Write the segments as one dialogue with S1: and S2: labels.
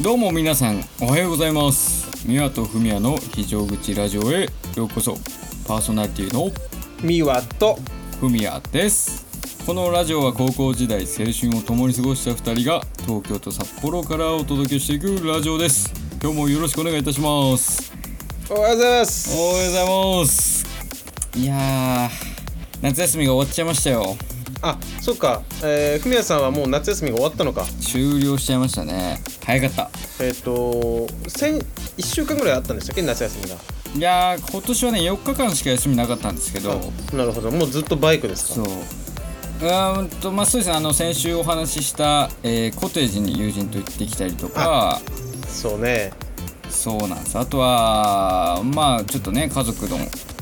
S1: どうも皆さんおはようございます宮と文也の非常口ラジオへようこそパーソナリティの
S2: ミワと
S1: 文也ですこのラジオは高校時代青春を共に過ごした2人が東京と札幌からお届けしていくラジオです今日もよろしくお願いいたします
S2: おはようございます
S1: おはようございますいやー夏休みが終わっちゃいましたよ
S2: あそっかえーふみやさんはもう夏休みが終わったのか
S1: 終了しちゃいましたね早かった
S2: えっ、と先1週間ぐらいあったんでしたっけ夏休みが
S1: いやー今年はね4日間しか休みなかったんですけど
S2: なるほどもうずっとバイクです
S1: そ
S2: か
S1: ううーんとまあそうですねあの先週お話しした、えーコテージに友人と行ってきたりとか
S2: そうね
S1: そうなんですあとはまあちょっとね家族の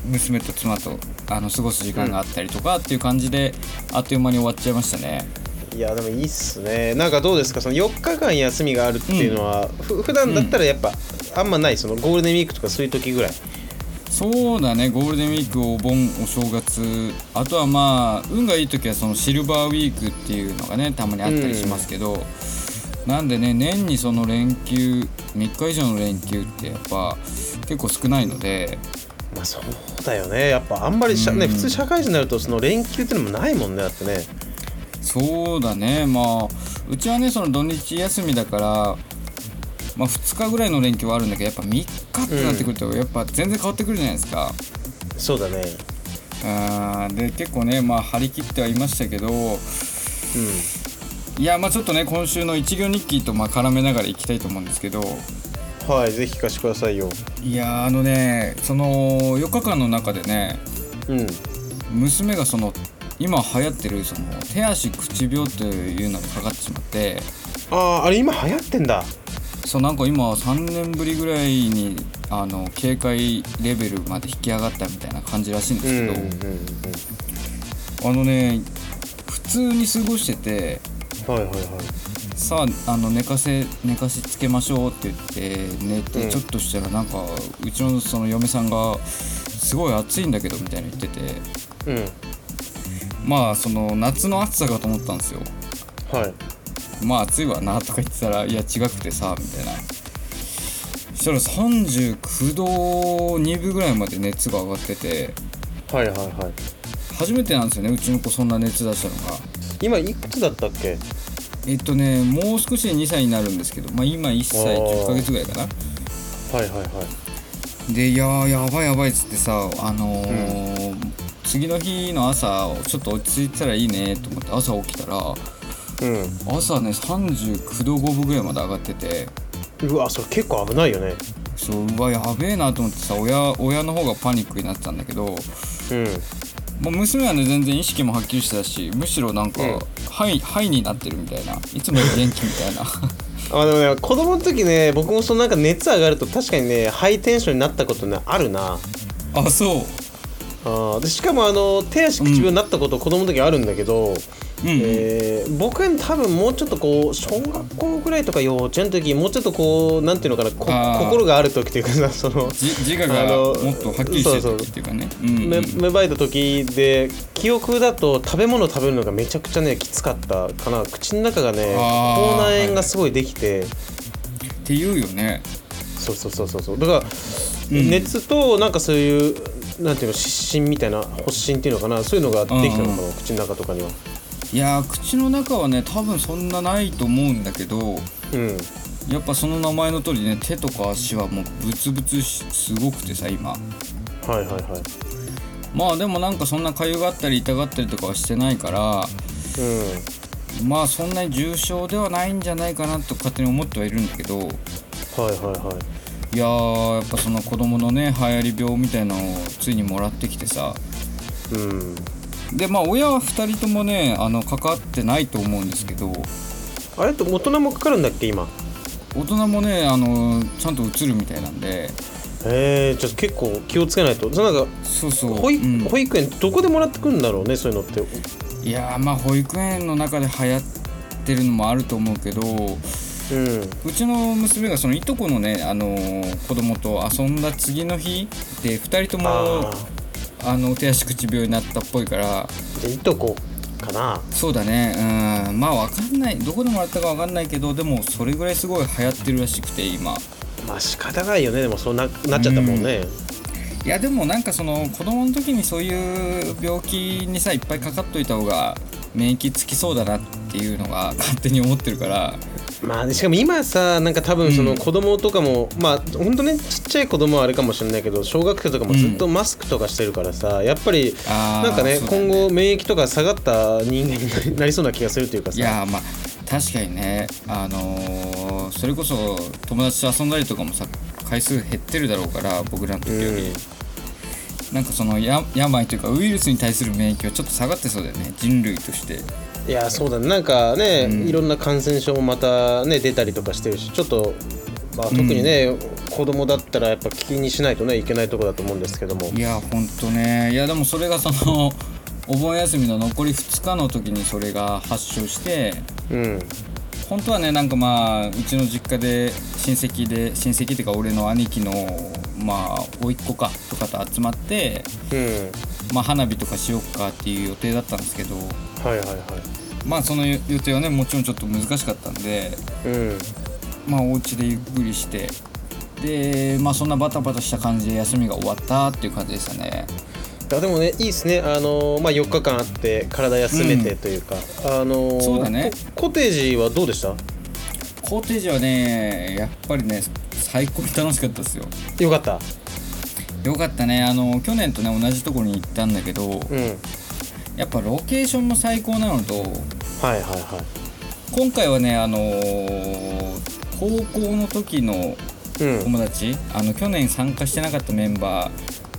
S1: 娘と妻とあの過ごす時間があったりとかっていう感じで、あっという間に終わっちゃいましたね
S2: いやでもいいっすねなんかどうですかその4日間休みがあるっていうのは、ふ普段だったらやっぱ、あんまないそのゴールデンウィークとかそういう時ぐらい
S1: そうだねゴールデンウィークお盆お正月あとはまあ運がいい時はそのシルバーウィークっていうのがねたまにあったりしますけど、なんでね年にその連休3日以上の連休ってやっぱ結構少ないので
S2: まあそうだよねやっぱあんまりしゃ、ね普通社会人になるとその連休っていうのもないもんねだってね
S1: そうだねまあうちはねその土日休みだから、まあ、2日ぐらいの連休はあるんだけどやっぱ3日ってなってくるとやっぱ全然変わってくるじゃないですか。
S2: そうだね
S1: あーで結構ねまあ張り切ってはいましたけど
S2: うん
S1: いやまあちょっとね今週の一行日記とまあ絡めながらいきたいと思うんですけど
S2: はい、ぜひ聞かせてくださいよ。
S1: いやーあのねその4日間の中でね
S2: うん。
S1: 娘がその今流行ってるその手足口病というのにかかってしまって
S2: ああ、あれ今流行ってんだ。
S1: そうなんか今3年ぶりぐらいにあの警戒レベルまで引き上がったみたいな感じらしいんで
S2: うん。うん
S1: す
S2: うん
S1: けど、あのね普通に過ごしてて
S2: はいはいはい。
S1: さああの寝かせ寝かしつけましょうって言って寝
S2: う
S1: て
S2: ん
S1: ちょっとしたらなんかうちのその嫁さんが「すごい暑いんだけど」みたいな言ってて
S2: うん。
S1: まあその夏の暑さかと思ったんですよ
S2: はい。
S1: まあ暑いわなとか言ってたら「いや違くてさ」みたいなそしたら39度2分ぐらいまで熱が上がってて
S2: はいはいはい。
S1: 初めてなんですよねうちの子そんな熱出したのが
S2: 今いくつだったっけ
S1: えっとねもう少しで2歳になるんですけどまあ今1歳10ヶ月ぐらいかな
S2: はいはいはい。
S1: でいやーやばいやばいっつってさあのー次の日の朝ちょっと落ち着いたらいいねと思って朝起きたら朝ね39度5分ぐらいまで上がってて
S2: うん。うわ、それ結構危ないよね。
S1: そううわやべえなと思ってさ親親の方がパニックになってたんだけど
S2: うん。
S1: もう娘はね全然意識もはっきりしてたしむしろなんか、
S2: うん
S1: はいはいになってるみたいないつもより元気みたいな
S2: あ、でもね、子供の時ね、僕もそのなんか熱上がると確かにね、ハイテンションになったことね、あるな。
S1: あそう
S2: あーでしかもあの手足口病になったこと子供の時あるんだけど、
S1: うん、
S2: えー僕は多分もうちょっとこう小学校ぐらいとか幼稚園の時もうちょっとこうなんていうのかなこ
S1: あー
S2: 心がある時というかさその
S1: じ自我
S2: あ
S1: が
S2: の
S1: もっとはっきりしてる
S2: そうそう
S1: 時っていうかねうんうん
S2: め芽生えた時で記憶だと食べ物を食べるのがめちゃくちゃねきつかったかな口の中がね
S1: あー
S2: 口内炎がすごいできて、
S1: っていうよね
S2: そうそうそうそうそうだから、
S1: ん
S2: 熱となんかそういうなんていうの湿疹みたいな発疹っていうのかなそういうのができたのかな、口の中とかには。
S1: いやー口の中はね多分そんなないと思うんだけど
S2: うん
S1: やっぱその名前の通りね手とか足はもうブツブツしすごくてさ今
S2: はいはいはい
S1: まあでもなんかそんなかゆがったり痛がったりとかはしてないから
S2: うん
S1: まあそんなに重症ではないんじゃないかなと勝手に思ってはいるんだけど
S2: はいはいはい
S1: いやーやっぱその子供のね流行り病みたいなのをついにもらってきてさ
S2: うん
S1: でまあ親は2人ともねあのかかってないと思うんですけど
S2: あれって大人もかかるんだっけ今
S1: 大人もねあのちゃんとうつるみたいなんで
S2: へえちょっと結構気をつけないとそのなんか
S1: そうそう
S2: 保育,、
S1: うん
S2: 保育園どこでもらってくるんだろうねそういうのって
S1: いやーまあ保育園の中で流行ってるのもあると思うけど
S2: うん
S1: うちの娘がそのいとこのね、あのー子供と遊んだ次の日で2人とも
S2: あ
S1: あの手足口病になったっぽいから
S2: あじゃあいとこかな
S1: そうだねうんまあわかんないどこでもらったかわかんないけどでもそれぐらいすごい流行ってるらしくて今
S2: まあ仕方ないよねでもそうななっちゃったもんね、
S1: いやでもなんかその子供の時にそういう病気にさいっぱいかかっといた方が免疫つきそうだなっていうのが勝手に思ってるから
S2: まあねしかも今さなんか多分そうの
S1: ん
S2: 子供とかも、まあ本当ねちっちゃい子供はあれかもしれないけど小学生とかもずっとマスクとかしてるからさ、やっぱり
S1: あー
S2: なんかね
S1: そうだ
S2: 今後免疫とか下がった人間になりそうな気がするというか
S1: い
S2: さ
S1: やーまあ確かにねあのーそれこそ友達と遊んだりとかもさ回数減ってるだろうから僕らの時
S2: うん
S1: より、なんかそのや病というかウイルスに対する免疫はちょっと下がってそうだよね人類として
S2: いやそうだねなんかね、いろんな感染症もまたね出たりとかしてるしちょっと、まあ、特にね、子供だったらやっぱ気にしないとねいけないとこだと思うんですけども
S1: いやほんとねいやでもそれがそのお盆休みの残り2日の時にそれが発症して
S2: うん
S1: 本当はねなんかまあうちの実家で親戚で親戚っていうか俺の兄貴のまあ甥っ子かとかと集まって、
S2: うん
S1: まあ、花火とかしようかっていう予定だったんですけど
S2: はいはいはい
S1: まあその予定はねもちろんちょっと難しかったんで
S2: うん
S1: まあお家でゆっくりしてでまあそんなバタバタした感じで休みが終わったっていう感じでしたね
S2: あでもねいいですねあのー、まあ、4日間あって体休めてというか、あのー
S1: そうだね
S2: ココテージはどうでした
S1: コテージはねやっぱりね最高に楽しかったですよ
S2: よかった
S1: よかったねあの去年とね同じところに行ったんだけど
S2: うんはい
S1: やっぱロケーションも最高なのと
S2: はいは
S1: 今回はねあのー高校の時の
S2: いうん
S1: 友達あの去年参加してなかったメンバ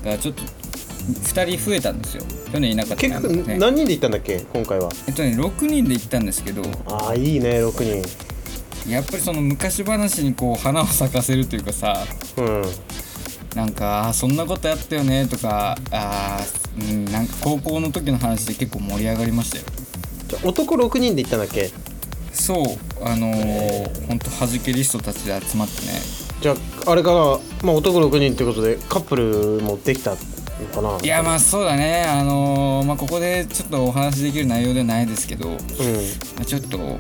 S1: ーがちょっと2人増えたんですよ去年いなかった
S2: 結局、
S1: ね
S2: 何人で行ったんだっけ今回は
S1: えっとね6人で行ったんですけど
S2: ああいいね6
S1: やっぱりその昔話にこう花を咲かせるというかさ
S2: 人うん
S1: なんかあーそんなことあったよねとかあーうんなんか高校の時の話で結構盛り上がりましたよ
S2: じゃ男6人で行ったんだっけ
S1: そうあのー、ほんとはじけリストたちで集まってね
S2: じゃああれかな、まあ、男6人ってことでカップルもできたのかない
S1: やまあそうだねあのーまあここでちょっとお話しできる内容ではないですけど、ま
S2: う
S1: あ、ちょっと 2,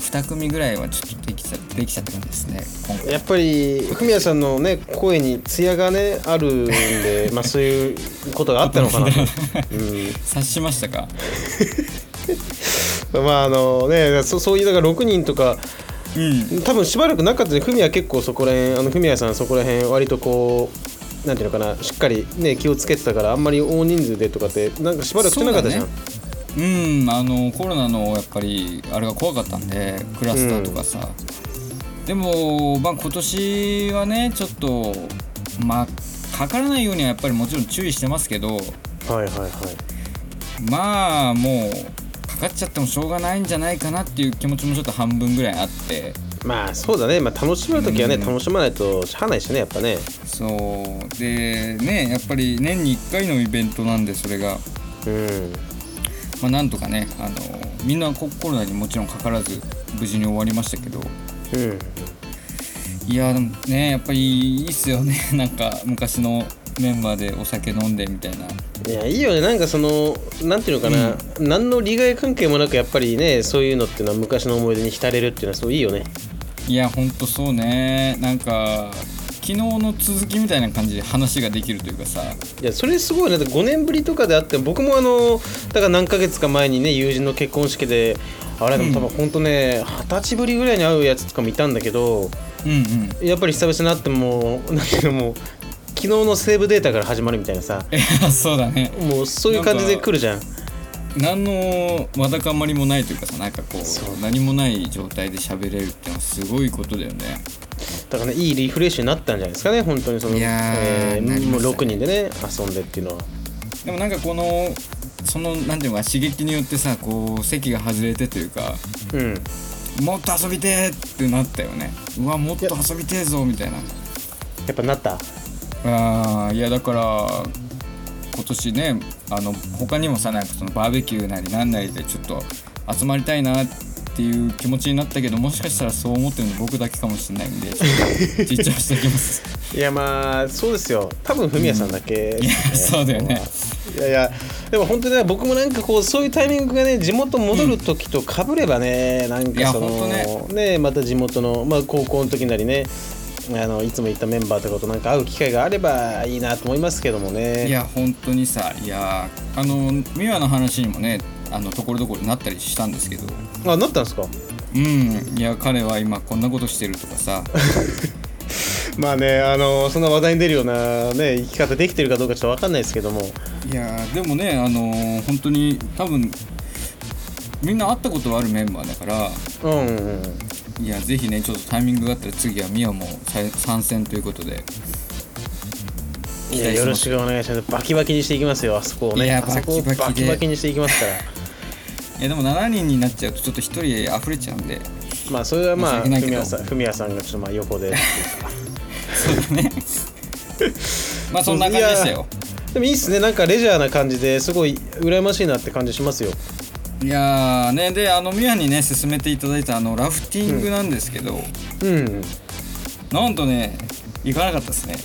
S1: 二組ぐらいはちょっとできちゃできちゃった感じですね今
S2: ん
S1: 回
S2: やっぱりフミヤさんのね声に艶がねあるんで まあそういうことがあったのかな、うん、
S1: 察しましたか
S2: まああのねそそういうだから6人とか
S1: うん
S2: 多分しばらくなかったでフミヤ結構そこら辺あのフミヤさんそこら辺割とこうなんていうのかなしっかりね気をつけてたからあんまり大人数でとかってなんかしばらくしてなかったじゃん、
S1: そううんあのコロナのやっぱりあれが怖かったんでクラスターとかさ、でも、まあ、今年はねちょっとまあかからないようにはやっぱりもちろん注意してますけど
S2: はいはいはい
S1: まあもうかかっちゃってもしょうがないんじゃないかなっていう気持ちもちょっと半分ぐらいあって
S2: まあそうだね、まあ、楽しむ時はね、楽しまないとしゃあないしねやっぱね
S1: そうでねやっぱり年に1回のイベントなんでそれが、
S2: うん
S1: まあ、なんとかねあのみんなココロナにもちろんかからず無事に終わりましたけど。
S2: うん
S1: いやでもねやっぱりいいっすよね なんか昔のメンバーでお酒飲んでみたいない
S2: やいいよねなんかそのなんていうのかな、何の利害関係もなくやっぱりねそういうのっていうのは昔の思い出に浸れるっていうのはすごいいいよね
S1: いやほんとそうねなんか昨日の続きみたいな感じで話ができるというかさ
S2: いやそれすごいね5年ぶりとかであっても僕もあのだから何ヶ月か前にね友人の結婚式であれでも多分本当ね二十歳ぶりぐらいに会うやつとかもいたんだけど
S1: うん うん
S2: やっぱり久々になってもなんていうのもう昨日のセーブデータから始まるみたいなさ
S1: いやそうだね
S2: もうそういう感じで来るじゃん
S1: 何のわだかまりもないというかさなんかこ
S2: そう
S1: う何もない状態で喋れるってのはすごいことだよね
S2: だからねいいリフレッシュになったんじゃないですかね本当にその、
S1: いやー
S2: えー
S1: なりま
S2: も
S1: し
S2: う
S1: たね
S2: 6人でね遊んでっていうのは
S1: でもなんかこのそのなんていうのか刺激によってさこう席が外れてというか
S2: うん
S1: もっと遊びてーってなったよねうわもっと遊びてーぞみたいな
S2: やっぱなった
S1: あーいやだから今年ねあの他にもさなんかそのバーベキューなりなんなりでちょっと集まりたいなっていう気持ちになったけどもしかしたらそう思ってるの僕だけかもしれないんでちょっと実調しておきます
S2: いやまあそうですよ多分フミヤさんだけ、
S1: いやそうだよね
S2: いやいやでも本当にね僕もなんかこうそういうタイミングがね地元戻る時とかぶればね、なん
S1: いや
S2: かその
S1: 本当
S2: ねまた地元の、まあ、高校の時なりねあのいつも行ったメンバーとかとなんか会う機会があればいいなと思いますけども ね
S1: いや本当にさいやあの美和の話にもねあのところどころになったりしたんですけど
S2: あなったんですか
S1: うんいや彼は今こんなことしてるとかさ
S2: まあねあのそんな話題に出るようなね生き方できてるかどうかちょっとわかんないですけども
S1: いやでもねあの本当に多分みんな会ったことはあるメンバーだから
S2: うんうんうん
S1: いやぜひねちょっとタイミングがあったら次は美和も参参戦ということで
S2: いや
S1: 期待してます
S2: よろしくお願いしますバキバキにしていきますよあそこをね
S1: いや
S2: あそこを
S1: バキバ
S2: バ
S1: キ
S2: キ
S1: で
S2: バキにしていきますから
S1: いやでも7人になっちゃうとちょっと1人溢れちゃうんで
S2: まあそれはまあ
S1: 申し訳ないけど
S2: フミヤさんフミヤさんがちょっとまあ横で
S1: そうだね まあそんな感じでしたよ
S2: でもいいっすねなんかレジャーな感じですごい羨ましいなって感じしますよ
S1: いやーねであのミヤにね勧めていただいたあのラフティングなんですけど、
S2: うん
S1: なんとね行かなかったですね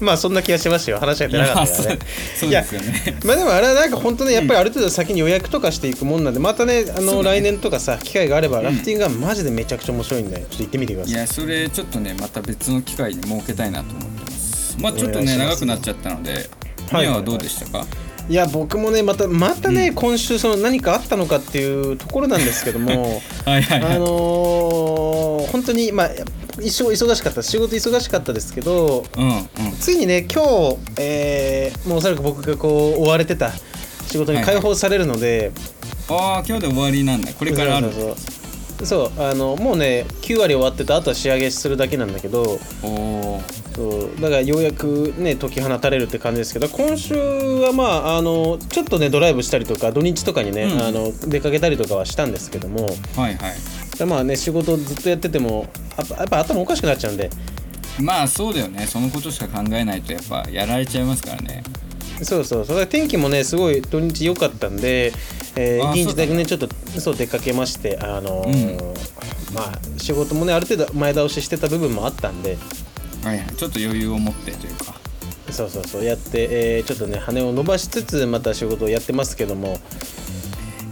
S2: まあそんな気がしましたよ話が出なかったか
S1: そ
S2: ら
S1: う
S2: ね
S1: そうですよね
S2: まあでもあれはなんか本当ねやっぱりある程度先に予約とかしていくもんなんでまたねあ
S1: そ
S2: の
S1: うだね
S2: 来年とかさ機会があればラフティングがマジでめちゃくちゃ面白いんでちょっと行ってみてくだ
S1: い
S2: さい
S1: やそれちょっとねまた別の機会に設けたいなと思ってますまあちょっと
S2: お願い
S1: ね
S2: します
S1: 長くなっちゃったのでミ
S2: はい
S1: ヤはどうでしたか
S2: いや僕もねまたまたね今週その何かあったのかっていうところなんですけど も
S1: はいはいは
S2: あ
S1: い
S2: のー本当にまあ一生忙しかった仕事忙しかったですけど
S1: うんうん
S2: ついにね今日、えーもうおそらく僕がこう追われてた仕事に
S1: はいはい
S2: 解放されるので、
S1: ああ今日で終わりなんだこれからある
S2: そうそうそうあのもうね9割終わってたあとは仕上げするだけなんだけど
S1: おおー
S2: そうだからようやくね解き放たれるって感じですけど今週はまああのちょっとねドライブしたりとか土日とかにね、
S1: うん
S2: あの出かけたりとかはしたんですけども
S1: はいはい
S2: まあね仕事ずっとやっててもやっぱやっぱ頭おかしくなっちゃうんで
S1: まあそうだよねそのことしか考えないとやっぱやられちゃいますからね
S2: そうそうそうだから天気もねすごい土日良かったんで、え
S1: あ
S2: ー、
S1: ー
S2: 銀次だけねちょっとそう出かけましてあのーまあ仕事もねある程度前倒ししてた部分もあったんで
S1: はいはいちょっと余裕を持ってというか
S2: そうそうそうやって、えーちょっとね羽を伸ばしつつまた仕事をやってますけども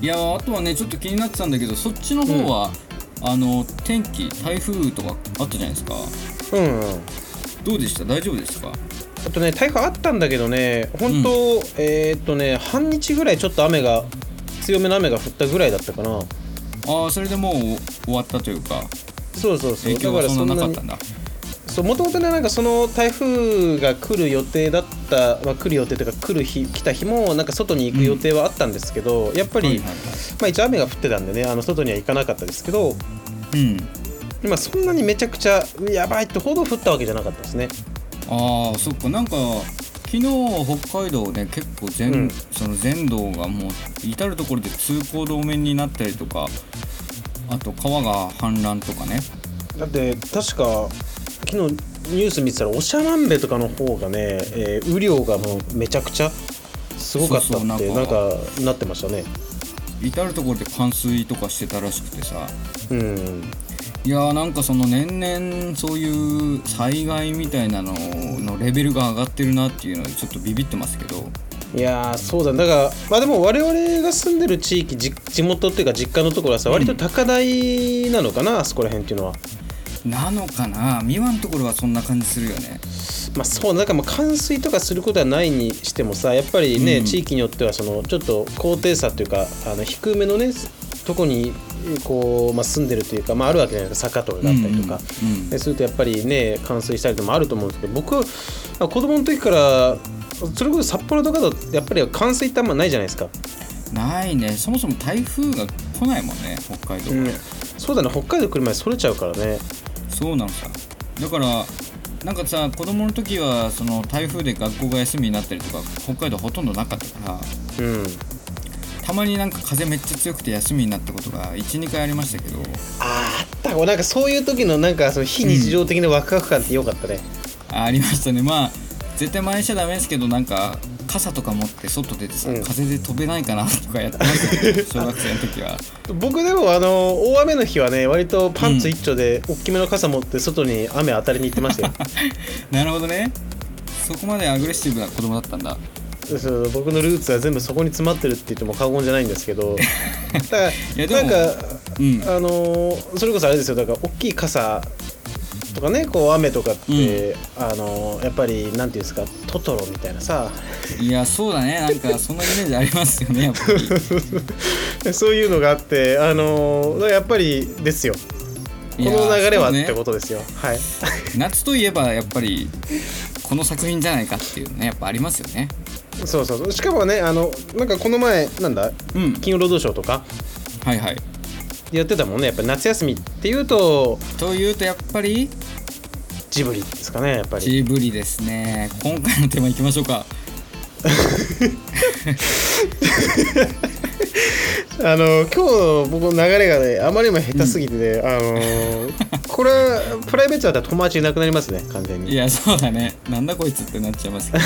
S1: いやーあとはねちょっと気になってたんだけどそっちの方は、あの天気台風とかあったじゃないですか
S2: うん、うん、
S1: どうでした大丈夫でしたか
S2: あとね台風あったんだけどね本当、えーっとね半日ぐらいちょっと雨が強めの雨が降ったぐらいだったかな
S1: ああそれでもう終わったというか
S2: そうそうそう
S1: 影
S2: だ
S1: 響
S2: か
S1: は
S2: ら
S1: そ
S2: そ
S1: ん
S2: ん
S1: な
S2: な
S1: なかっ
S2: に
S1: たんだ
S2: そうもともとねなんかその台風が来る予定だった、まあ、来る予定というか来る日来た日もなんか外に行く予定はあったんですけど、やっぱり、
S1: はいはいは
S2: まあ、一応雨が降ってたんでねあの外には行かなかったですけど
S1: いうん
S2: 今そんなにめちゃくちゃやばいってほど降ったわけじゃなかったですね
S1: ああそっかなんか昨日北海道ね結構全、
S2: うん
S1: その全道がもう至る所で通行止めになったりとかあと川が氾濫とかね
S2: だって確か昨日ニュース見てたら長万部とかの方がね、えー雨量がもうめちゃくちゃすごかったって
S1: そうそうなんか
S2: なんかなってましたね
S1: 至る所で冠水とかしてたらしくてさ
S2: うん
S1: いやーなんかその年々そういう災害みたいなののレベルが上がってるなっていうのでちょっとビビってますけど
S2: いやーそうだねだからまあでも我々が住んでる地域じ地元っていうか実家のところはさ割と高台なのかな、あそこら辺っていうのは
S1: なのかな美和のところはそんな感じするよね
S2: まあそうなんかまあ冠水とかすることはないにしてもさやっぱりね、
S1: うん
S2: 地域によってはそのちょっと高低差というかあの低めのねとこにこう、まあ、住んでるというか、まあ、あるわけじゃないですか坂とかだったりとか、
S1: うんうんうん
S2: でするとやっぱりね冠水したりとかもあると思うんですけど僕、まあ、子供の時からそれこそ札幌とかだとやっぱり冠水ってあんまないじゃないですか。
S1: ないねそもそも台風が来ないもんね北海道は、
S2: うんそうだね北海道来る前それちゃうからね
S1: そうなのさだからなんかさ子供の時はその台風で学校が休みになったりとか北海道ほとんどなかったから
S2: うん
S1: たまになんか風めっちゃ強くて休みになったことが12回ありましたけど
S2: あーあったこうなんかそういう時のなんかその非日常的なワクワク感ってよかったね、
S1: あありましたねまあ絶対真似しちゃダメですけどなんか傘とか持って外出てさ、
S2: うん
S1: 風で飛べないかなとかやってました けど小学生の時は
S2: 僕でもあの大雨の日はね割とパンツ一丁で大きめの傘持って外に雨当たりに行ってましたよ、
S1: なるほどねそこまでアグレッシブな子供だったんだ
S2: そう僕のルーツは全部そこに詰まってるって言っても過言じゃないんですけ どだから
S1: やでも
S2: なんか、
S1: うん
S2: あのーそれこそあれですよだから大きい傘とかねこう雨とかって、あのーやっぱりなんていうんですかトトロみたいなさ
S1: いやそうだねなんかそんなイメージありますよねやっぱり
S2: そういうのがあって、あのーだからやっぱりですよ こ
S1: いや
S2: の流れはっ
S1: そうね
S2: てことですよ、はい
S1: 夏といえばやっぱりこの作品じゃないかっていうのねやっぱありますよね
S2: そうそうそうしかもねあのなんかこの前なんだ
S1: うん
S2: 金曜ロードショーとか
S1: はいはい
S2: やってたもんねやっぱ夏休みっていうと
S1: というとやっぱり
S2: ジブリですかねやっぱり
S1: ジブリですね今回のテーマいきましょうか
S2: あの今日の僕の流れがねあまりにも下手すぎてね、あの ーこれはプライベートだったら友達いなくなりますね完全
S1: い
S2: に
S1: やそうだねなんだこいつってなっちゃい ますけど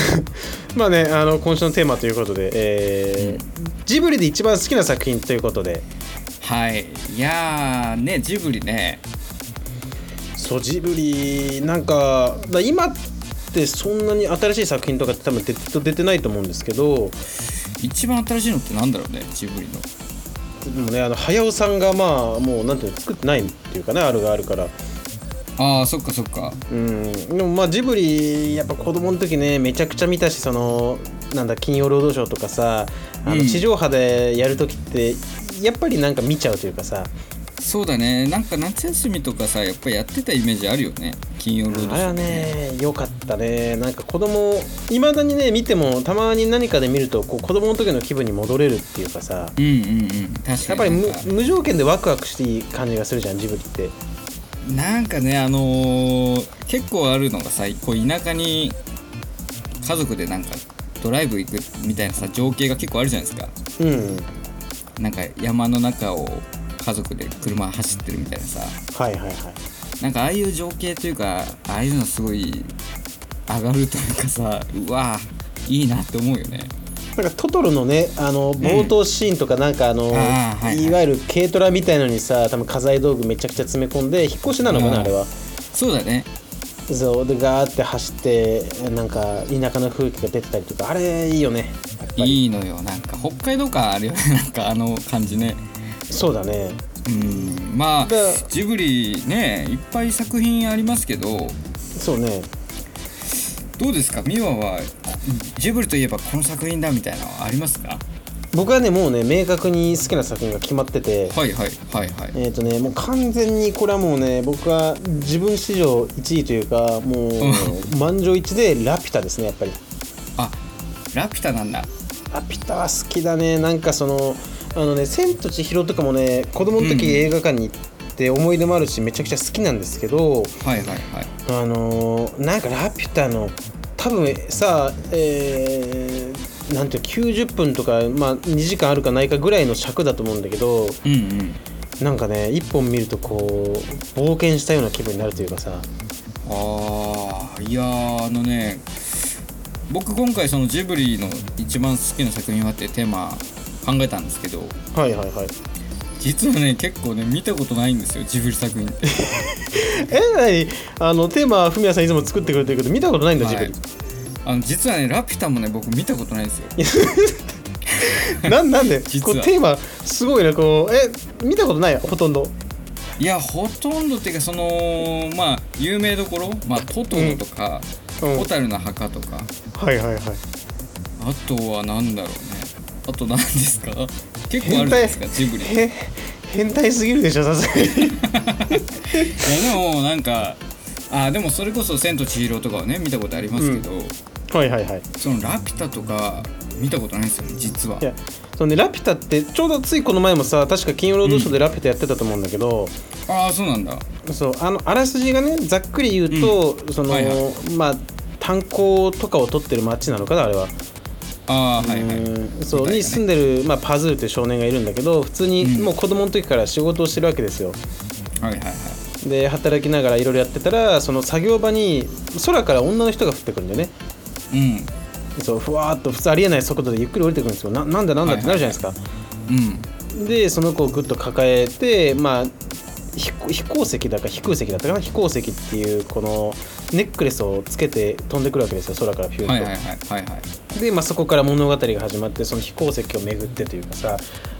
S2: まあねあの今週のテーマということで、えージブリで一番好きな作品ということで
S1: はいいやーねジブリね
S2: そうジブリなんかだ今ってそんなに新しい作品とかって多分出て出てないと思うんですけど
S1: 一番新しいのってなんだろうねジブリの
S2: でもねあの早尾さんがまあもうなんていうの作ってないっていうかねあるがあるから
S1: あーそっかそっか
S2: うんでもまあジブリやっぱ子供の時ねめちゃくちゃ見たしそのなんだ金曜ロードショーとかさあ
S1: う
S2: の
S1: ん
S2: 地上波でやる時ってやっぱりなんか見ちゃうというかさ、
S1: そうだねなんか夏休みとかさやっぱやってたイメージあるよね金曜ロードショー
S2: あれはね良かったねなんか子供いまだにね見てもたまに何かで見るとこう子供の時の気分に戻れるっていうかさ
S1: うんうんうん確かに
S2: やっぱり
S1: なん
S2: 無
S1: か
S2: 無条件でワクワクしていい感じがするじゃんジブリって
S1: なんかねあのー結構あるのがさこう田舎に家族でなんかドライブ行くみたいなさ情景が結構あるじゃないですか
S2: うん
S1: なんか山の中を家族で車走ってるみたいなさ
S2: はいはいはい
S1: なんかああいう情景というかああいうのすごい上がるというかさうわいいなって思うよね
S2: なんかトトロのねあの冒頭シーンとかなんかあの、
S1: あーはいはい
S2: いわゆる軽トラみたいのにさ多分家財道具めちゃくちゃ詰め込んで引っ越しなのか
S1: うん
S2: なあれは
S1: そうだね
S2: そうでガーって走ってなんか田舎の風景が出てたりとかあれいいよねやっぱり
S1: いいのよなんか北海道感あるよね なんかあの感じね
S2: そうだね
S1: うんまあ
S2: で
S1: ジブリねいっぱい作品ありますけど
S2: そうね
S1: どうですかミワはジブリといえばこの作品だみたいなのはありますか
S2: 僕はねもうね明確に好きな作品が決まってて
S1: はいはいはいはい
S2: えっ、とねもう完全にこれはもうね僕は自分史上1位というかもう満場一致でラピュタですねやっぱり
S1: あラピュタなんだ
S2: ラピュタは好きだねなんかそのあのね「千と千尋」とかもね子供の時
S1: うん
S2: 映画館に行って思い出もあるしめちゃくちゃ好きなんですけど
S1: はいはいはい
S2: あのーなんかラピュタの多分さえーなんていう90分とか、まあ、2時間あるかないかぐらいの尺だと思うんだけど
S1: うんうん
S2: なんかね1本見るとこう冒険したような気分になるというかさ
S1: あーいやーあのね僕今回そのジブリの一番好きな作品はってテーマ考えたんですけど
S2: はいはいはい
S1: 実はね結構ね見たことないんですよジブリ作品 って
S2: え何あのテーマはフミヤさんいつも作ってくれてるけど見たことないんだジブリ、
S1: はいあの実はねラピュタもね僕見たことないんですよ
S2: なんなんで
S1: 実は
S2: こうテーマすごいねこうえ見たことないほとんど
S1: いやほとんどっていうかそのまあ有名どころ、まあ、トトロとか
S2: うんうん
S1: ホタルの墓とか
S2: はいはいはい
S1: あとは何だろうねあと何です か結構あるんですかジブリいや
S2: へ変態すぎるでしょさすがに
S1: でもなんかあでもそれこそ「千と千尋」とかはね見たことありますけど、
S2: はいはいはい
S1: その「ラピュタ」とか見たことないんですよね実はい
S2: やそのねラピュタってちょうどついこの前もさ確か金曜ロードショーでラピュタやってたと思うんだけど、
S1: ああそうなんだ
S2: そうあのあらすじがねざっくり言うと、その、
S1: はいは
S2: まあ炭鉱とかを取ってる町なのかなあれは、
S1: ああはいは
S2: う
S1: い
S2: んそうに住んでる、まあ、パズーという少年がいるんだけど普通に
S1: うん
S2: もう子供の時から仕事をしてるわけですよ
S1: はいはいはい
S2: で働きながらいろいろやってたらその作業場に空から女の人が降ってくるんだよね
S1: うん
S2: そうふわーっと普通ありえない速度でゆっくり降りてくるんですよななんだなんだってなるじゃないですか、
S1: うん
S2: でその子をぐっと抱えてまあ飛飛行石だか飛空石だったかな飛行石っていうこのネックレスをつけて飛んでくるわけですよ空からピューッと、
S1: はいはいはいはいはい
S2: で、まあ、そこから物語が始まってその飛行石を巡ってというかさ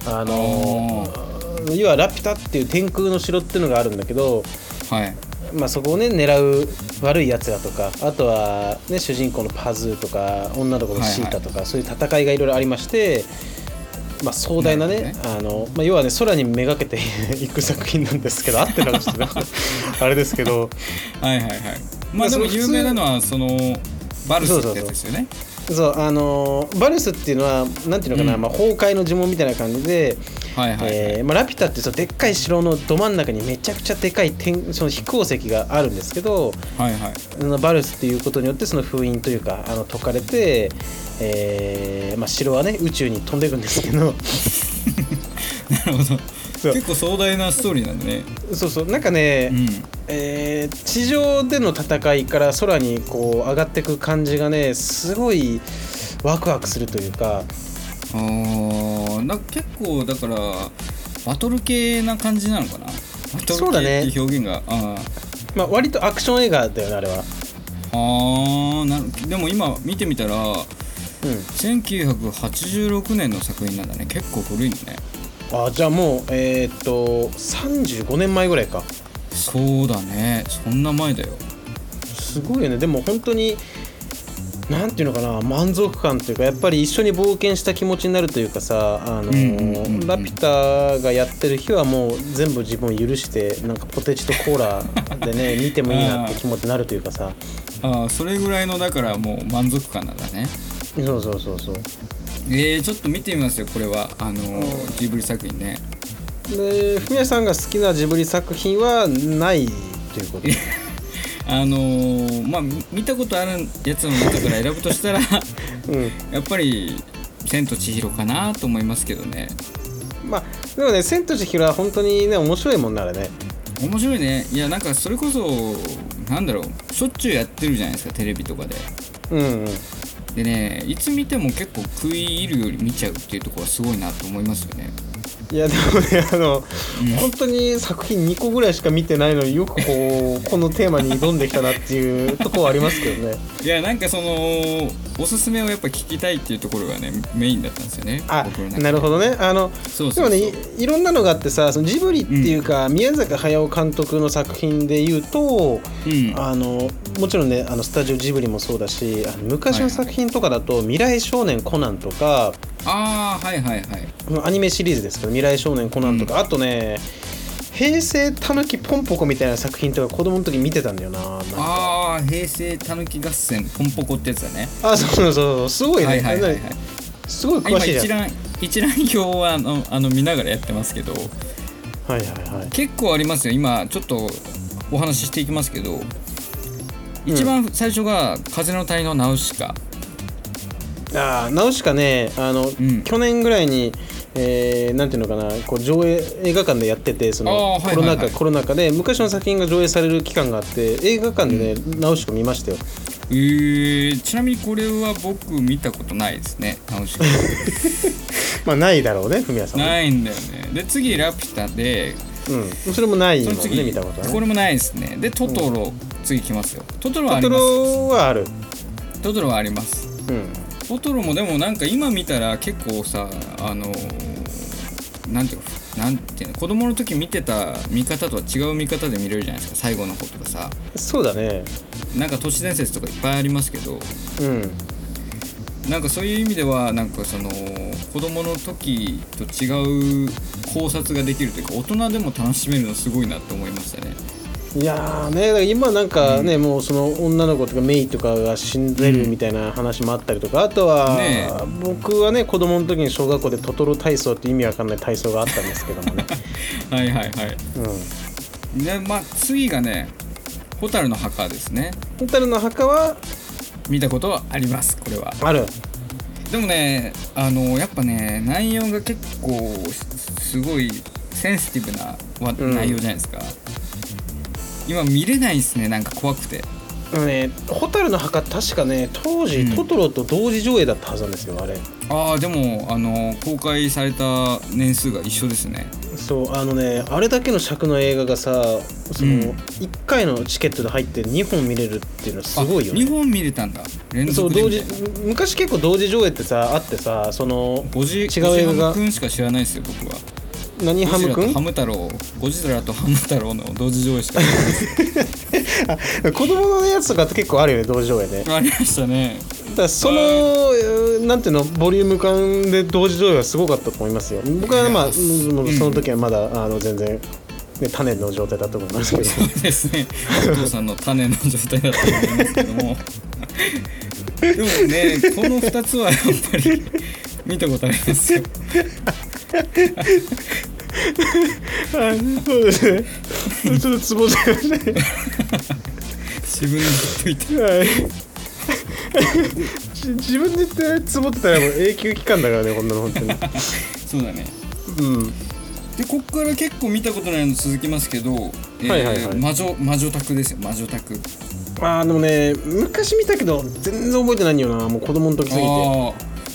S2: あのー要は「ラピュタ」っていう天空の城っていうのがあるんだけど、
S1: はい
S2: まあ、そこをね狙う悪いやつらとかあとは、ね、主人公のパズーとか女の子のシータとか、そういう戦いがいろいろありまして、まあ、壮大なね
S1: なるほ
S2: あの、まあ、要はね空にめがけていく作品なんです けど合ってるかちょっとね あれですけど
S1: はいはいはいまあで
S2: そ
S1: も
S2: の普通
S1: 有名なのはそのバルスってやつですよね
S2: そうあのバルスっていうのはなんていうのかな、
S1: うん
S2: まあ、崩壊の呪文みたいな感じで。
S1: はいはいはい
S2: えーまあ、ラピュタってそのでっかい城のど真ん中にめちゃくちゃでかい天その飛行石があるんですけど
S1: はいはい
S2: あのバルスっていうことによってその封印というかあの解かれて、えーまあ、城はね宇宙に飛んでいくんですけど
S1: なるほど
S2: そう
S1: 結構壮大なストーリーなんだね
S2: そうそうなんかね、
S1: うん
S2: えー地上での戦いから空にこう上がっていく感じがねすごいワクワクするというか
S1: あーなんか結構だからバトル系な感じなのかなバト
S2: そう
S1: ル
S2: だ
S1: 系
S2: ね
S1: っていう表現があ
S2: まあ、割とアクション映画だよねあれは。
S1: ああーなるでも今見てみたら
S2: うん
S1: 1986年の作品なんだね結構古いのね
S2: あじゃあもうえーっと35年前ぐらいか
S1: そうだねそんな前だよ
S2: すごいよねでも本当になんていうのかな満足感というかやっぱり一緒に冒険した気持ちになるというかさあ
S1: うん
S2: の
S1: うんうんうん
S2: ラピュタがやってる日はもう全部自分を許してなんかポテチとコーラでね見てもいいなって気持ちになるというかさ
S1: ああそれぐらいのだからもう満足感なんだね
S2: そうそうそうそう
S1: えー、ちょっと見てみますよこれはあのージブリ作品ね
S2: でフミヤさんが好きなジブリ作品はないということ
S1: あのーまあみ見たことあるやつの中から選ぶとしたら
S2: うん
S1: やっぱり「千と千尋」かなと思いますけどね
S2: まあでもね「千と千尋」は本当にね面白いもんならね
S1: 面白いねいやなんかそれこそなんだろうしょっちゅうやってるじゃないですかテレビとかで
S2: うんうん
S1: でねいつ見ても結構食い入るより見ちゃうっていうところはすごいなと思いますよね
S2: いやでもねあの、本当に作品2個ぐらいしか見てないのによくこう このテーマに挑んできたなっていうところはありますけどね
S1: いやなんかそのおすすめをやっぱ聞きたいっていうところがねメインだったんですよね
S2: あ
S1: 僕の中で
S2: なるほどねあの
S1: そう
S2: で
S1: そうそ
S2: も
S1: う
S2: ねいいろんなのがあってさそのジブリっていうか、宮坂駿監督の作品で言うと、
S1: うん
S2: あのもちろんねあのスタジオジブリもそうだしあの昔の作品とかだと「未来少年コナン」とか
S1: ああはいはいはい
S2: アニメシリーズですけど「未来少年コナン」とか、あとね平成たぬきポンポコみたいな作品とか子供の時見てたんだよななんか
S1: ああ平成たぬき合戦ポンポコってやつだね
S2: あそうそうそうすごいね、
S1: はいはいはいはい
S2: すごい詳
S1: 今
S2: しい
S1: 一
S2: じゃん
S1: 覧一覧表はあのあの見ながらやってますけど
S2: はいはいはい
S1: 結構ありますよ今ちょっとお話ししていきますけど一番最初が「風の谷のナウシカ」
S2: あーナウシカねあの、
S1: ん
S2: 去年ぐらいに、えーなんていうのかなこう上映映画館でやっててその
S1: あーはい
S2: コロ
S1: は
S2: ナ禍、
S1: いはい
S2: コロナ禍で昔の作品が上映される期間があって映画館でね、ナウシカ見ましたよ
S1: えー、ちなみにこれは僕見たことないですねナウシカ
S2: まあないだろうねフミヤさんも
S1: ないんだよねで次「ラピュタで」
S2: うん、それもない
S1: そ
S2: もん
S1: の次
S2: ね見たことは
S1: こ
S2: ね
S1: れもないですねで「トトロ」次来ますよトトロはあ
S2: ト
S1: り
S2: ト
S1: ま
S2: ロはある
S1: すトトロはあります
S2: うん
S1: トトロもでもなんか今見たら結構さあのーなんていうのなんていうの子供の時見てた見方とは違う見方で見れるじゃないですか最後の方とかさ
S2: そうだね
S1: なんか都市伝説とかいっぱいありますけど
S2: うん
S1: なんかそういう意味ではなんかその子供の時と違う考察ができるというか大人でも楽しめるのすごいなって思いましたね
S2: いやーねだから今なんかね、もうその女の子とかメイとかが死んでるみたいな話もあったりとか、あとは、
S1: ね
S2: 僕はね子供の時に小学校でトトロ体操って意味わかんない体操があったんですけどもね、
S1: はいはいはい
S2: うん、
S1: でまあ次がね「蛍の墓」ですね
S2: ホタルの墓は
S1: 見たことはありますこれは
S2: ある
S1: でもねあのやっぱね内容が結構すすごいセンシティブなわ
S2: うん
S1: 内容じゃないですか、今見れないですねなんか怖くて
S2: でもねホタルの墓確かね当時、
S1: うん
S2: トトロと同時上映だったはずなんですよあれ
S1: ああでもあの公開された年数が一緒ですね
S2: そうあのねあれだけの尺の映画がさその、
S1: うん
S2: 1回のチケットで入って2本見れるっていうのはすごいよ
S1: 2
S2: ね
S1: 本見れたんだ連
S2: そう
S1: 続で
S2: 同
S1: みた
S2: 時
S1: いな
S2: 昔結構同時上映ってさあってさその
S1: ゴジ
S2: 違う
S1: ゴジ
S2: 映画が
S1: ハムくんしか知らないですよ僕は
S2: 何ハム
S1: ゴジラと
S2: 君
S1: ハム太郎ゴジラとハム太郎の同時上映しか知らないです
S2: 子供のやつとかって結構あるよね同時上映ね
S1: ありましたね
S2: だからそのえーなんていうのボリューム感で同時上映はすごかったと思いますよ僕はまあ
S1: いや
S2: もう
S1: うん
S2: その時はまだ、あの全然、ね、種の状態だと思いますけど
S1: そうですねお父さんの種の状態だと思いますけどもでもねこの2つはやっぱり見たことありますよ
S2: そうですねちょっとツボだよね
S1: 自分で言っといて
S2: はいじ 自分で言って積もってたらもう永久期間だからねこんなの本当に
S1: そうだね
S2: うん
S1: でここから結構見たことないの続きますけど、えー
S2: はいはいはい
S1: 魔女魔女宅ですよ魔女宅
S2: あーでもね昔見たけど全然覚えてないんだよなもう子供の時すぎ
S1: あ
S2: て
S1: あ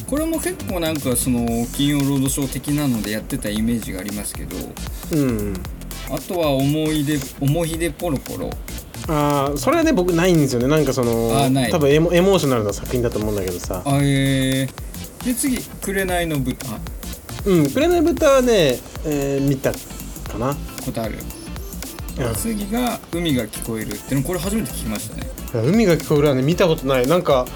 S1: これも結構なんかその金曜ロードショー的なのでやってたイメージがありますけど
S2: うん
S1: あとは思い出思い出ポロポロ
S2: ああそれはね僕ないんですよねなんかその
S1: あーない
S2: 多分エモエモーショナルな作品だと思うんだけどさ
S1: あえー、で次「紅の豚」
S2: うん「紅の豚」はね、えー見たかな
S1: ことある
S2: うん
S1: 次が「海が聞こえる」ってのこれ初めて聞きましたね
S2: 海が聞こえるはね見たことないなんか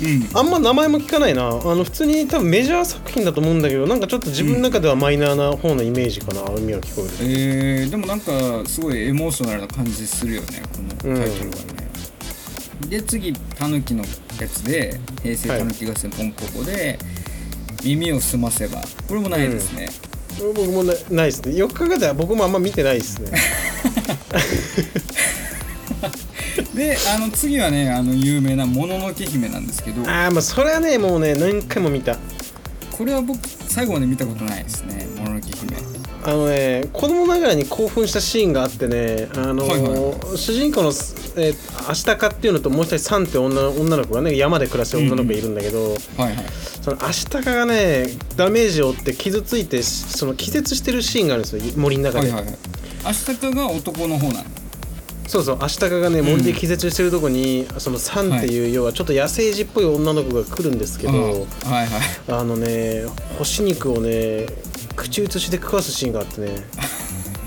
S1: うん
S2: あんま名前も聞かないなあの普通に多分メジャー作品だと思うんだけどなんかちょっと自分の中ではマイナーな方のイメージかな、海が聞こえる
S1: えー、でもなんかすごいエモーショナルな感じするよねこのタイトルはね、で次タヌキのやつで「平成たぬき合戦ポンポコで」耳を澄ませば」これもないですね、
S2: 僕もなないですねよく考えたら僕もあんま見てないですね
S1: であの次はねあの有名な「もののけ姫」なんですけど
S2: ああまあそれはねもうね何回も見た
S1: これは僕最後まで見たことないですね「もののけ姫」
S2: あのね子供ながらに興奮したシーンがあってねあの、
S1: はい
S2: 主人公の、えー、アシタカっていうのともう一人サンって女の女の子がね山で暮らしてる女の子がいるんだけど、
S1: はいはい
S2: そのアシタカがねダメージを負って傷ついてその気絶してるシーンがあるんですよ森の中
S1: は
S2: で、
S1: いはいはいアシタカが男の方なの
S2: そうそうアシタカがね森で気絶してるとこに、そのサンっていう、要はちょっと野生児っぽい女の子が来るんですけど、
S1: うんはいはい
S2: あのね干し肉をね口移しで食わすシーンがあってね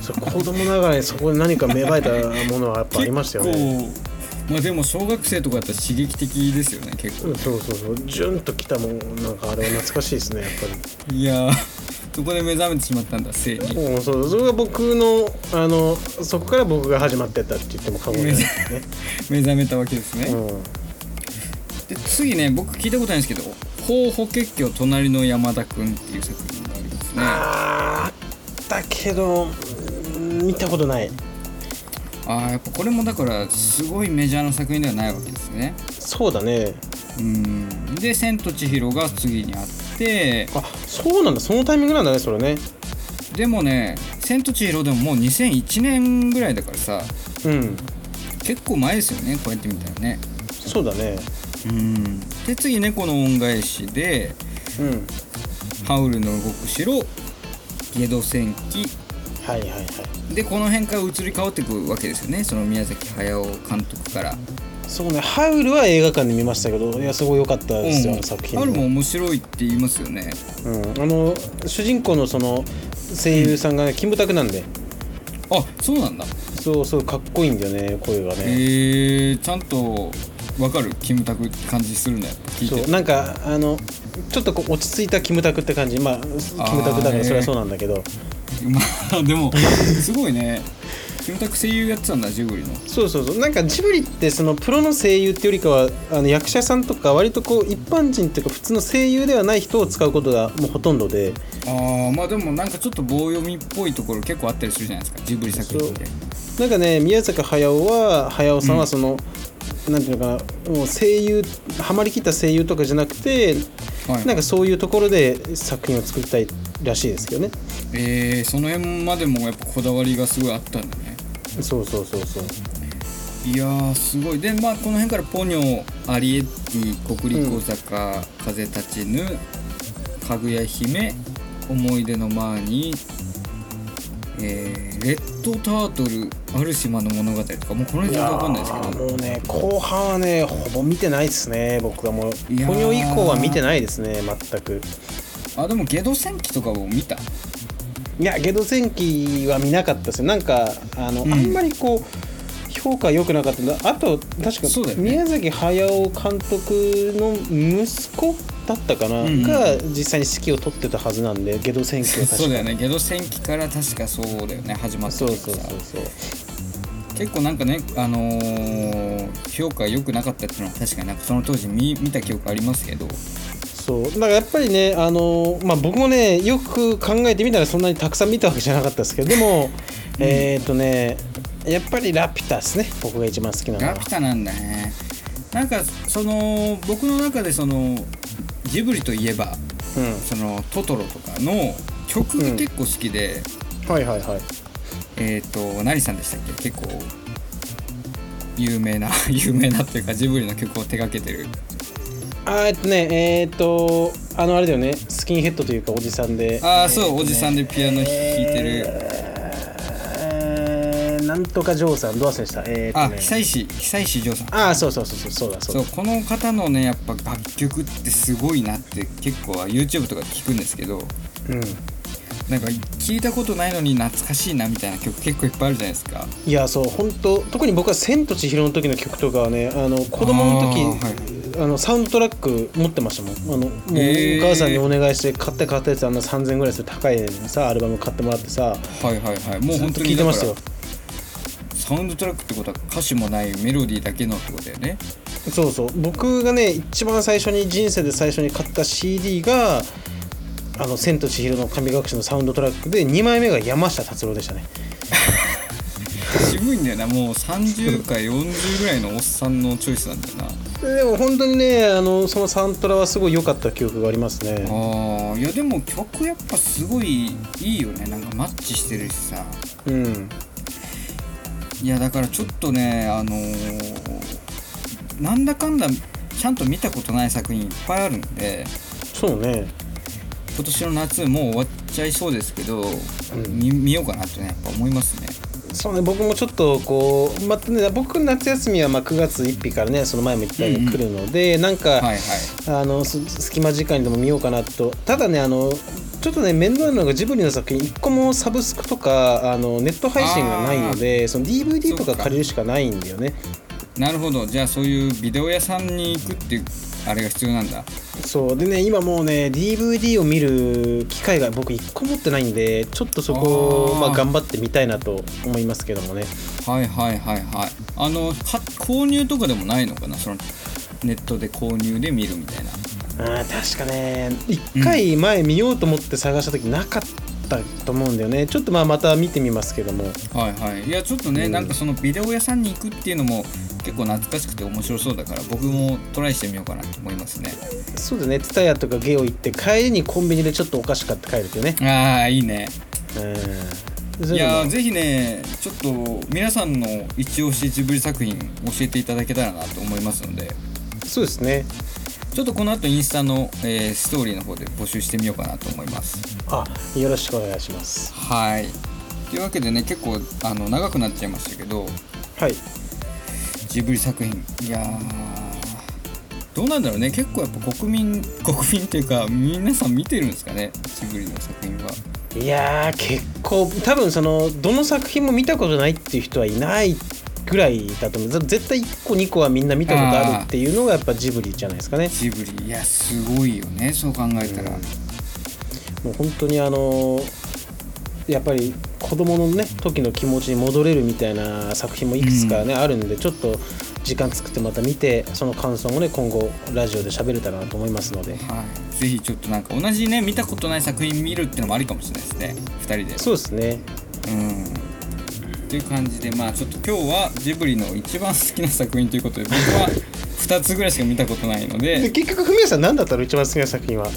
S2: そう子供ながらにそこで何か芽生えたものはやっぱありましたよね
S1: 結構まあでも小学生とかだったら刺激的ですよね結
S2: う
S1: 構
S2: んそうそうそうジュンときたもんなんかあれは懐かしいですねやっぱ
S1: いやー そこで目覚めてしまったんだ性に
S2: りもうそうそれが僕のあのそこから僕が始まってったって言っても過言じゃないですね、
S1: 目覚めたわけですね、
S2: うん、
S1: で次ね僕聞いたことないんですけど「候補結局隣の山田君」っていう作品がありますねあ
S2: あーだけどうん見たことない
S1: あーやっぱこれもだからすごいメジャーな作品ではないわけですね
S2: そうだね
S1: うんで「千と千尋」が次にあって
S2: あそうなんだそのタイミングなんだねそれね
S1: でもね「千と千尋」でももう2001年ぐらいだからさ
S2: うん
S1: 結構前ですよねこうやって見たらね
S2: そうだね
S1: うんで次猫の恩返しで
S2: うん
S1: ハウルの動く城ゲド戦記
S2: はいはいはい
S1: でこの辺から移り変わっていくわけですよねその宮崎駿監督から
S2: そうねハウルは映画館で見ましたけどいやすごい良かったですよ、あ
S1: うん
S2: の作品
S1: ハウルも面白いって言いますよね
S2: うん、あの主人公のその声優さんが、ねキムタクなんで
S1: あそうなんだ
S2: そうそうかっこいいんだよね声がね、
S1: へえちゃんとわかるキムタクって感じするんだよ聞い
S2: そ
S1: て
S2: うなんかあのちょっとこう落ち着いたキムタクって感じまあキムタクだからそれはそうなんだけど
S1: まあでもすごいねキムタク声優やってたんだジブリの
S2: そうそうそうなんかジブリってそのプロの声優っていうよりかはあの役者さんとか割とこう一般人っていうか普通の声優ではない人を使うことがもうほとんどで
S1: ああまあでもなんかちょっと棒読みっぽいところ結構あったりするじゃないですかジブリ作品で
S2: なんかね宮坂駿は駿さんはその、なんていうのかなもう声優ハマりきった声優とかじゃなくて
S1: はい
S2: なんかそういうところで作品を作りたいらしいですけどね
S1: えー、その辺までもやっぱこだわりがすごいあったんだね
S2: そうそうそうそう
S1: いやーすごいでまあこの辺からポニョアリエッティ国立小坂、風立ちぬかぐや姫思い出のマーニーえーレッドタートルある島の物語」とかもうこの辺わかんないですけ
S2: も
S1: ど
S2: うね後半はねほぼ見てないですね僕はもう
S1: いやー
S2: ポニョ以降は見てないですね全く
S1: あでもゲド戦記とかを見 た
S2: いやゲド戦記は見なかったですよなんかあの、
S1: うん
S2: あんまりこう評価良くなかったんだあと確か
S1: そうだよね
S2: 宮崎駿監督の息子だったか
S1: う
S2: な、
S1: んうん
S2: が実際に指揮を取ってたはずなんでゲド戦記は確か
S1: そうだよねゲド戦記から確かそうだよね始まって
S2: そ
S1: る
S2: う
S1: か
S2: そうそう
S1: ら
S2: そう
S1: 結構なんかね、あのー評価良くなかったっていうのは確かになんかその当時見見た記憶ありますけど
S2: そうだからやっぱりねあの、まあ、僕もねよく考えてみたらそんなにたくさん見たわけじゃなかったですけど でも、えっ、とねやっぱり「ラピュタ」ですね僕が一番好きなの
S1: ラ
S2: は
S1: ピュタなんだねなんかその僕の中でそのジブリといえば
S2: うん
S1: そのトトロとかの曲が結構好きで、
S2: はいはいはい
S1: えっ、と何さんでしたっけ結構有名な 有名なっていうかジブリの曲を手掛けてる
S2: あーえっとねえっとあのあれだよねスキンヘッドというかおじさんで
S1: ああそうおじさんでピアノ弾いてる、
S2: えーなんとかジョーさんどう忘れしたえー、
S1: あ
S2: っとね
S1: 久石久石譲さん
S2: ああそうそうそうそうそうだそう
S1: そ
S2: だ
S1: うこの方のねやっぱ楽曲ってすごいなって結構は YouTube とかで聞くんですけど
S2: うん
S1: なんか聞いたことないのに懐かしいなみたいな曲結構いっぱいあるじゃないですか
S2: いやそう本当特に僕は「千と千尋」の時の曲とかはねあの子供の時
S1: あ
S2: あ、
S1: ー
S2: のサウンドトラック持ってましたもんあのもうお
S1: へー
S2: 母さんにお願いして買って買ったやつあんな3000ぐらいする高いさアルバム買ってもらってさ
S1: はいはいはいもう
S2: ずっ
S1: 本
S2: と
S1: 当
S2: 聞
S1: に
S2: いて
S1: だ
S2: ま
S1: か
S2: したよ
S1: らサウンドトラックってことは歌詞もないメロディーだけのってことだよね
S2: そうそう僕がね一番最初に人生で最初に買った CD が「あの千と千尋の神隠し」のサウンドトラックで2枚目が山下達郎でしたね
S1: 渋いんだよなもう30か40ぐらいのおっさんのチョイスなんだよ な
S2: でも本当にねあのそのサントラはすごい良かった記憶がありますね
S1: あーいやでも曲やっぱすごいいいよねなんかマッチしてるしさ
S2: うん
S1: いやだからちょっとねあのーなんだかんだちゃんと見たことない作品いっぱいあるんで
S2: そうね
S1: 今年の夏もう終わっちゃいそうですけど、
S2: ん
S1: 見見ようかなってねやっぱ思いますね
S2: そうね僕もちょっとこうまたね僕夏休みはまあ9月1日からねその前も言ったよう
S1: うんう
S2: に
S1: ん
S2: 来るので、なんか、
S1: はいはい
S2: あのす隙間時間にでも見ようかなとただねあのちょっとね面倒なのがジブリの作品1個もサブスクとかあのネット配信がないのでその DVD と
S1: そ
S2: か
S1: うか
S2: 借りるしかないんだよね
S1: なるほどじゃあそういうビデオ屋さんに行くっていうあれが必要なんだ
S2: そうでね今もうね DVD を見る機会が僕1個持ってないんでちょっとそこを
S1: あー
S2: まあ、頑張ってみたいなと思いますけどもね
S1: はいはいはいはいあのか購入とかでもないのかなそのネットで購入で見るみたいな
S2: あー確かね1回前見ようと思って探した時なかったと思うんだよねちょっとまあまた見てみますけども
S1: はいはいいやちょっとね、
S2: うん
S1: なんかそのビデオ屋さんに行くっていうのも結構懐かしくて面白そうだから僕もトライしてみようかなと思いますね
S2: そうだね TSUTAYA とかゲオ行って帰りにコンビニでちょっとお菓子買って帰るっていうね
S1: ああいいね
S2: うん
S1: い
S2: そ
S1: うや
S2: い
S1: ー
S2: う
S1: ぜひねちょっと皆さんの一押しジブリ作品教えていただけたらなと思いますので
S2: のそうですね
S1: ちょっとこの後インスタの、えーストーリーの方で募集してみようかなと思います
S2: あよろしくお願いします
S1: はいというわけでね結構あの長くなっちゃいましたけど
S2: はい
S1: ジブリ作品いやーどうなんだろうね結構やっぱ国民 国民っていうか皆さん見てるんですかねジブリの作品はい
S2: やー結構多分そのどの作品も見たことないっていう人はいないぐらいだと思うぜ絶対1個2個はみんな見たことあるっていうのがやっぱジブリじゃないですかね
S1: ジブリいやすごいよねそう考えたら、
S2: うんもう本当にあのやっぱり子供のね時の気持ちに戻れるみたいな作品もいくつかね、あるんでちょっと時間作ってまた見てその感想もね今後ラジオで喋れたらなと思いますので
S1: はい、ぜひちょっとなんか同じね見たことない作品見るってのもありかもしれないですね2人で
S2: そうですね
S1: うんっていう感じでまあちょっと今日はジブリの一番好きな作品ということで僕は2つぐらいしか見たことないの
S2: で
S1: で
S2: 結局文哉さん何だったの一番好きな作品は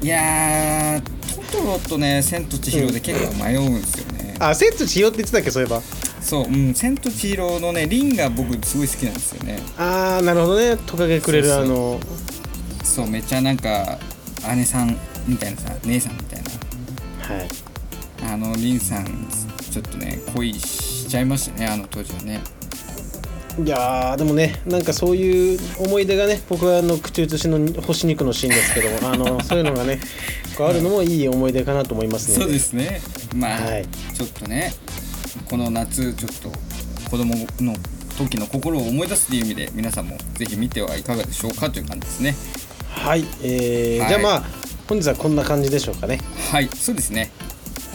S2: い
S1: やートトロとね「千と千尋」で結構迷うんですよね、
S2: あ千と千尋って言ってたっけそういえば
S1: そう、うん、千と千尋のねリンが僕すごい好きなんですよね
S2: ああなるほどねトカゲくれる
S1: そうそう
S2: あの
S1: そうめっちゃなんか姉さんみたいなさ姉さんみたいな
S2: はい
S1: あのリンさんちょっとね恋しちゃいましたねあの当時はね
S2: いやーでもねなんかそういう思い出がね僕はあの口移しの干し肉のシーンです けどあのそういうのがねこうあるのもいい思い出かなと思います
S1: そ
S2: の
S1: う
S2: で
S1: ですねまあ、
S2: はい
S1: ちょっとねこの夏ちょっと子供の時の心を思い出すという意味で皆さんもぜひ見てはいかがでしょうかという感じですね
S2: はい、えー
S1: はい
S2: じゃあまあ本日はこんな感じでしょうかね
S1: はいそうですね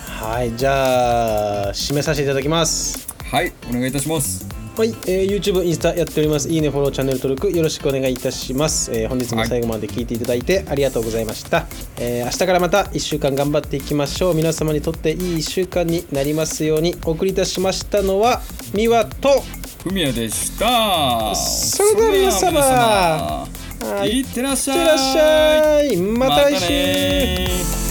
S2: はいじゃあ締めさせていただきます
S1: はいお願いいたします
S2: はい、えー YouTube インスタやっておりますいいねフォローチャンネル登録よろしくお願いいたします、えー本日も最後まで聞いていただいてありがとうございました、えー明日からまた1週間頑張っていきましょう皆様にとっていい1週間になりますようにお送りいたしましたのは美和と
S1: ふみやでした
S2: それでは皆様
S1: それでは皆様
S2: はい
S1: いってらっし
S2: い
S1: ゃ
S2: っ
S1: い
S2: てらっしゃいまた来週、
S1: ねー